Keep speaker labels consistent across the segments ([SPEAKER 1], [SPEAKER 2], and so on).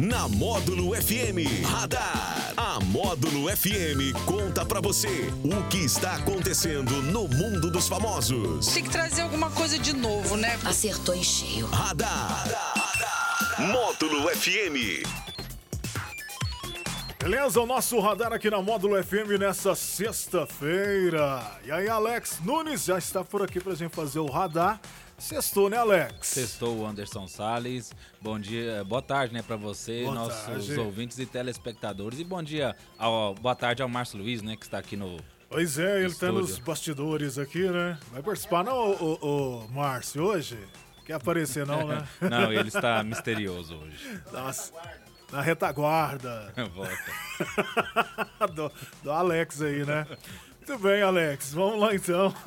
[SPEAKER 1] Na Módulo FM Radar. A Módulo FM conta pra você o que está acontecendo no mundo dos famosos.
[SPEAKER 2] Tem que trazer alguma coisa de novo, né?
[SPEAKER 3] Acertou em cheio.
[SPEAKER 1] Radar. Módulo FM.
[SPEAKER 4] Beleza, o nosso radar aqui na Módulo FM nessa sexta-feira. E aí, Alex Nunes já está por aqui pra gente fazer o radar. Sextou, né, Alex?
[SPEAKER 5] Sextou o Anderson Salles. Bom dia, boa tarde, né, para você,
[SPEAKER 4] Boa
[SPEAKER 5] nossos
[SPEAKER 4] tarde.
[SPEAKER 5] ouvintes e telespectadores. E bom dia, ao, boa tarde ao Márcio Luiz, né, que está aqui no.
[SPEAKER 4] Pois é, ele tá
[SPEAKER 5] Estúdio.
[SPEAKER 4] nos bastidores aqui, né? Vai participar não, ô, ô, ô, Márcio, hoje? Quer aparecer não, né?
[SPEAKER 5] Não, ele está misterioso hoje.
[SPEAKER 4] Nossa, na retaguarda.
[SPEAKER 5] Volta.
[SPEAKER 4] do, do Alex aí, né? Muito bem, Alex. Vamos lá então.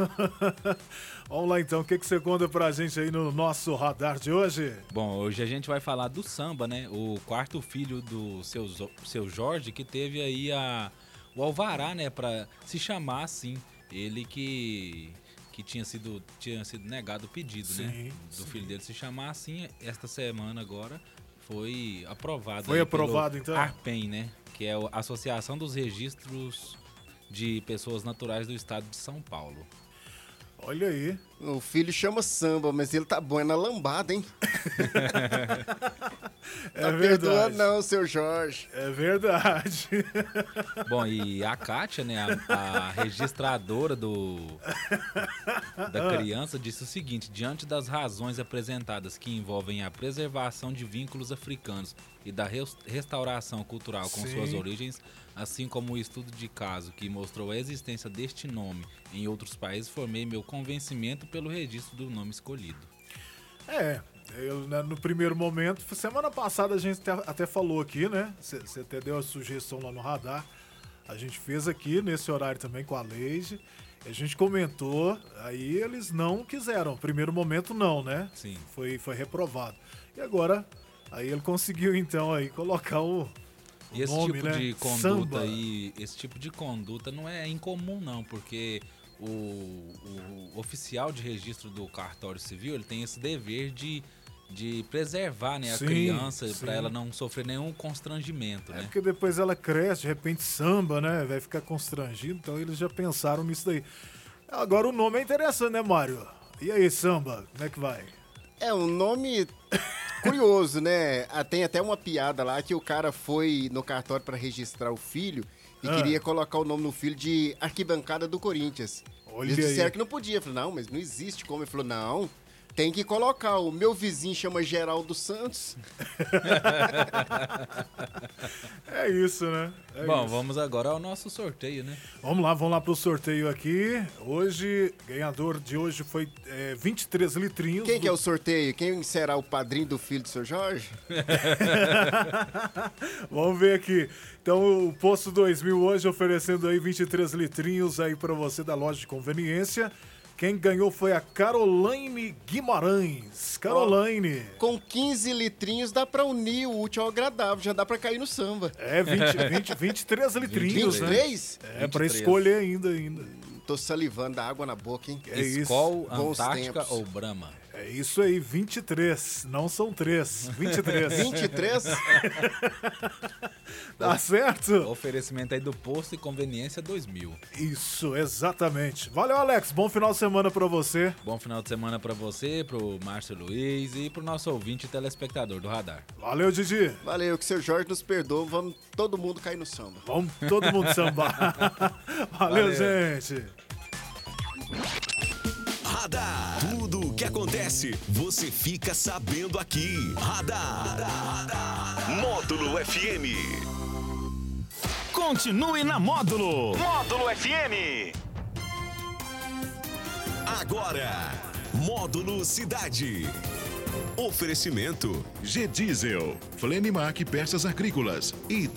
[SPEAKER 4] Vamos lá então. O que, que você conta pra gente aí no nosso radar de hoje?
[SPEAKER 5] Bom, hoje a gente vai falar do samba, né? O quarto filho do seu, Zo- seu Jorge, que teve aí a, o Alvará, né, para se chamar assim. Ele que. Que tinha sido, tinha sido negado o pedido, né?
[SPEAKER 4] Sim,
[SPEAKER 5] Do filho dele se chamar assim, esta semana agora foi aprovado.
[SPEAKER 4] Foi
[SPEAKER 5] aí
[SPEAKER 4] aprovado,
[SPEAKER 5] pelo
[SPEAKER 4] então?
[SPEAKER 5] ARPEN, né? Que é a Associação dos Registros de Pessoas Naturais do Estado de São Paulo.
[SPEAKER 4] Olha aí.
[SPEAKER 6] O filho chama samba, mas ele tá bom é na lambada, hein?
[SPEAKER 4] É
[SPEAKER 6] Tá
[SPEAKER 4] verdade.
[SPEAKER 6] perdoando não, seu Jorge.
[SPEAKER 4] É verdade.
[SPEAKER 5] Bom, e a Kátia, né, a, a registradora do da criança, disse o seguinte: diante das razões apresentadas que envolvem a preservação de vínculos africanos e da res- restauração cultural com
[SPEAKER 4] Sim.
[SPEAKER 5] suas origens, assim como o estudo de caso que mostrou a existência deste nome em outros países, formei meu convencimento pelo registro do nome escolhido.
[SPEAKER 4] É. Eu, né, no primeiro momento, semana passada a gente até, até falou aqui, né? Você até deu a sugestão lá no radar. A gente fez aqui nesse horário também com a Leide. A gente comentou, aí eles não quiseram. Primeiro momento não, né?
[SPEAKER 5] Sim.
[SPEAKER 4] Foi, foi reprovado. E agora, aí ele conseguiu então aí colocar o,
[SPEAKER 5] E esse
[SPEAKER 4] nome,
[SPEAKER 5] tipo
[SPEAKER 4] né?
[SPEAKER 5] de conduta
[SPEAKER 4] Samba.
[SPEAKER 5] aí, esse tipo de conduta não é incomum não, porque o, o oficial de registro do cartório civil, ele tem esse dever de, de preservar, né, a
[SPEAKER 4] Sim,
[SPEAKER 5] criança
[SPEAKER 4] sim.
[SPEAKER 5] para ela não sofrer nenhum constrangimento,
[SPEAKER 4] É
[SPEAKER 5] né?
[SPEAKER 4] porque depois ela cresce, de repente samba, né? Vai ficar constrangido, então eles já pensaram nisso daí. Agora o nome é interessante, né, Mário? E aí, samba, como é que vai?
[SPEAKER 6] É um nome curioso, né? Ah, Tem até uma piada lá que o cara foi no cartório pra registrar o filho e
[SPEAKER 4] Ah.
[SPEAKER 6] queria colocar o nome no filho de arquibancada do Corinthians.
[SPEAKER 4] Olha
[SPEAKER 6] Eles disseram
[SPEAKER 4] aí.
[SPEAKER 6] que não podia. Eu falei, não, mas não existe como. Ele falou, não, tem que colocar. O meu vizinho chama Geraldo Santos.
[SPEAKER 4] É isso, né? É
[SPEAKER 5] Bom,
[SPEAKER 4] isso.
[SPEAKER 5] vamos agora ao nosso sorteio, né?
[SPEAKER 4] Vamos lá, vamos lá pro sorteio aqui. Hoje, ganhador de hoje foi é, 23 litrinhos.
[SPEAKER 6] Quem
[SPEAKER 4] do-
[SPEAKER 6] que é o sorteio? Quem será o padrinho do filho do seu Jorge?
[SPEAKER 4] Vamos ver aqui. Então, o Poço 2000 hoje oferecendo aí 23 litrinhos aí pra você da loja de conveniência. Quem ganhou foi a Caroline Guimarães. Caroline.
[SPEAKER 6] Com 15 litrinhos dá pra unir o útil ao agradável, já dá pra cair no samba.
[SPEAKER 4] É, 20, 20, 23 litrinhos, né?
[SPEAKER 6] 23?
[SPEAKER 4] É, pra
[SPEAKER 5] 23.
[SPEAKER 4] escolher ainda, ainda.
[SPEAKER 6] Tô salivando da água na boca, hein?
[SPEAKER 4] É isso.
[SPEAKER 5] Skol,
[SPEAKER 6] Bons
[SPEAKER 5] Antártica
[SPEAKER 6] tempos.
[SPEAKER 5] ou Brahma?
[SPEAKER 4] É isso aí, 23. Não são 3, 23.
[SPEAKER 6] 23?
[SPEAKER 4] Tá certo?
[SPEAKER 5] Oferecimento aí do Posto e Conveniência 2000.
[SPEAKER 4] Isso, exatamente. Valeu, Alex. Bom final de semana pra você.
[SPEAKER 5] Bom final de semana para você, pro Márcio Luiz e pro nosso ouvinte e telespectador do Radar.
[SPEAKER 4] Valeu, Didi.
[SPEAKER 6] Valeu, que seu Jorge nos perdoa, vamos todo mundo cair no samba.
[SPEAKER 4] Vamos todo mundo sambar. Valeu, gente.
[SPEAKER 1] Radar. Tudo o que acontece, você fica sabendo aqui. Radar. Módulo FM.
[SPEAKER 7] Continue na Módulo. Módulo FM.
[SPEAKER 1] Agora, Módulo Cidade. Oferecimento
[SPEAKER 8] G-Diesel, Flenimac Peças Agrícolas e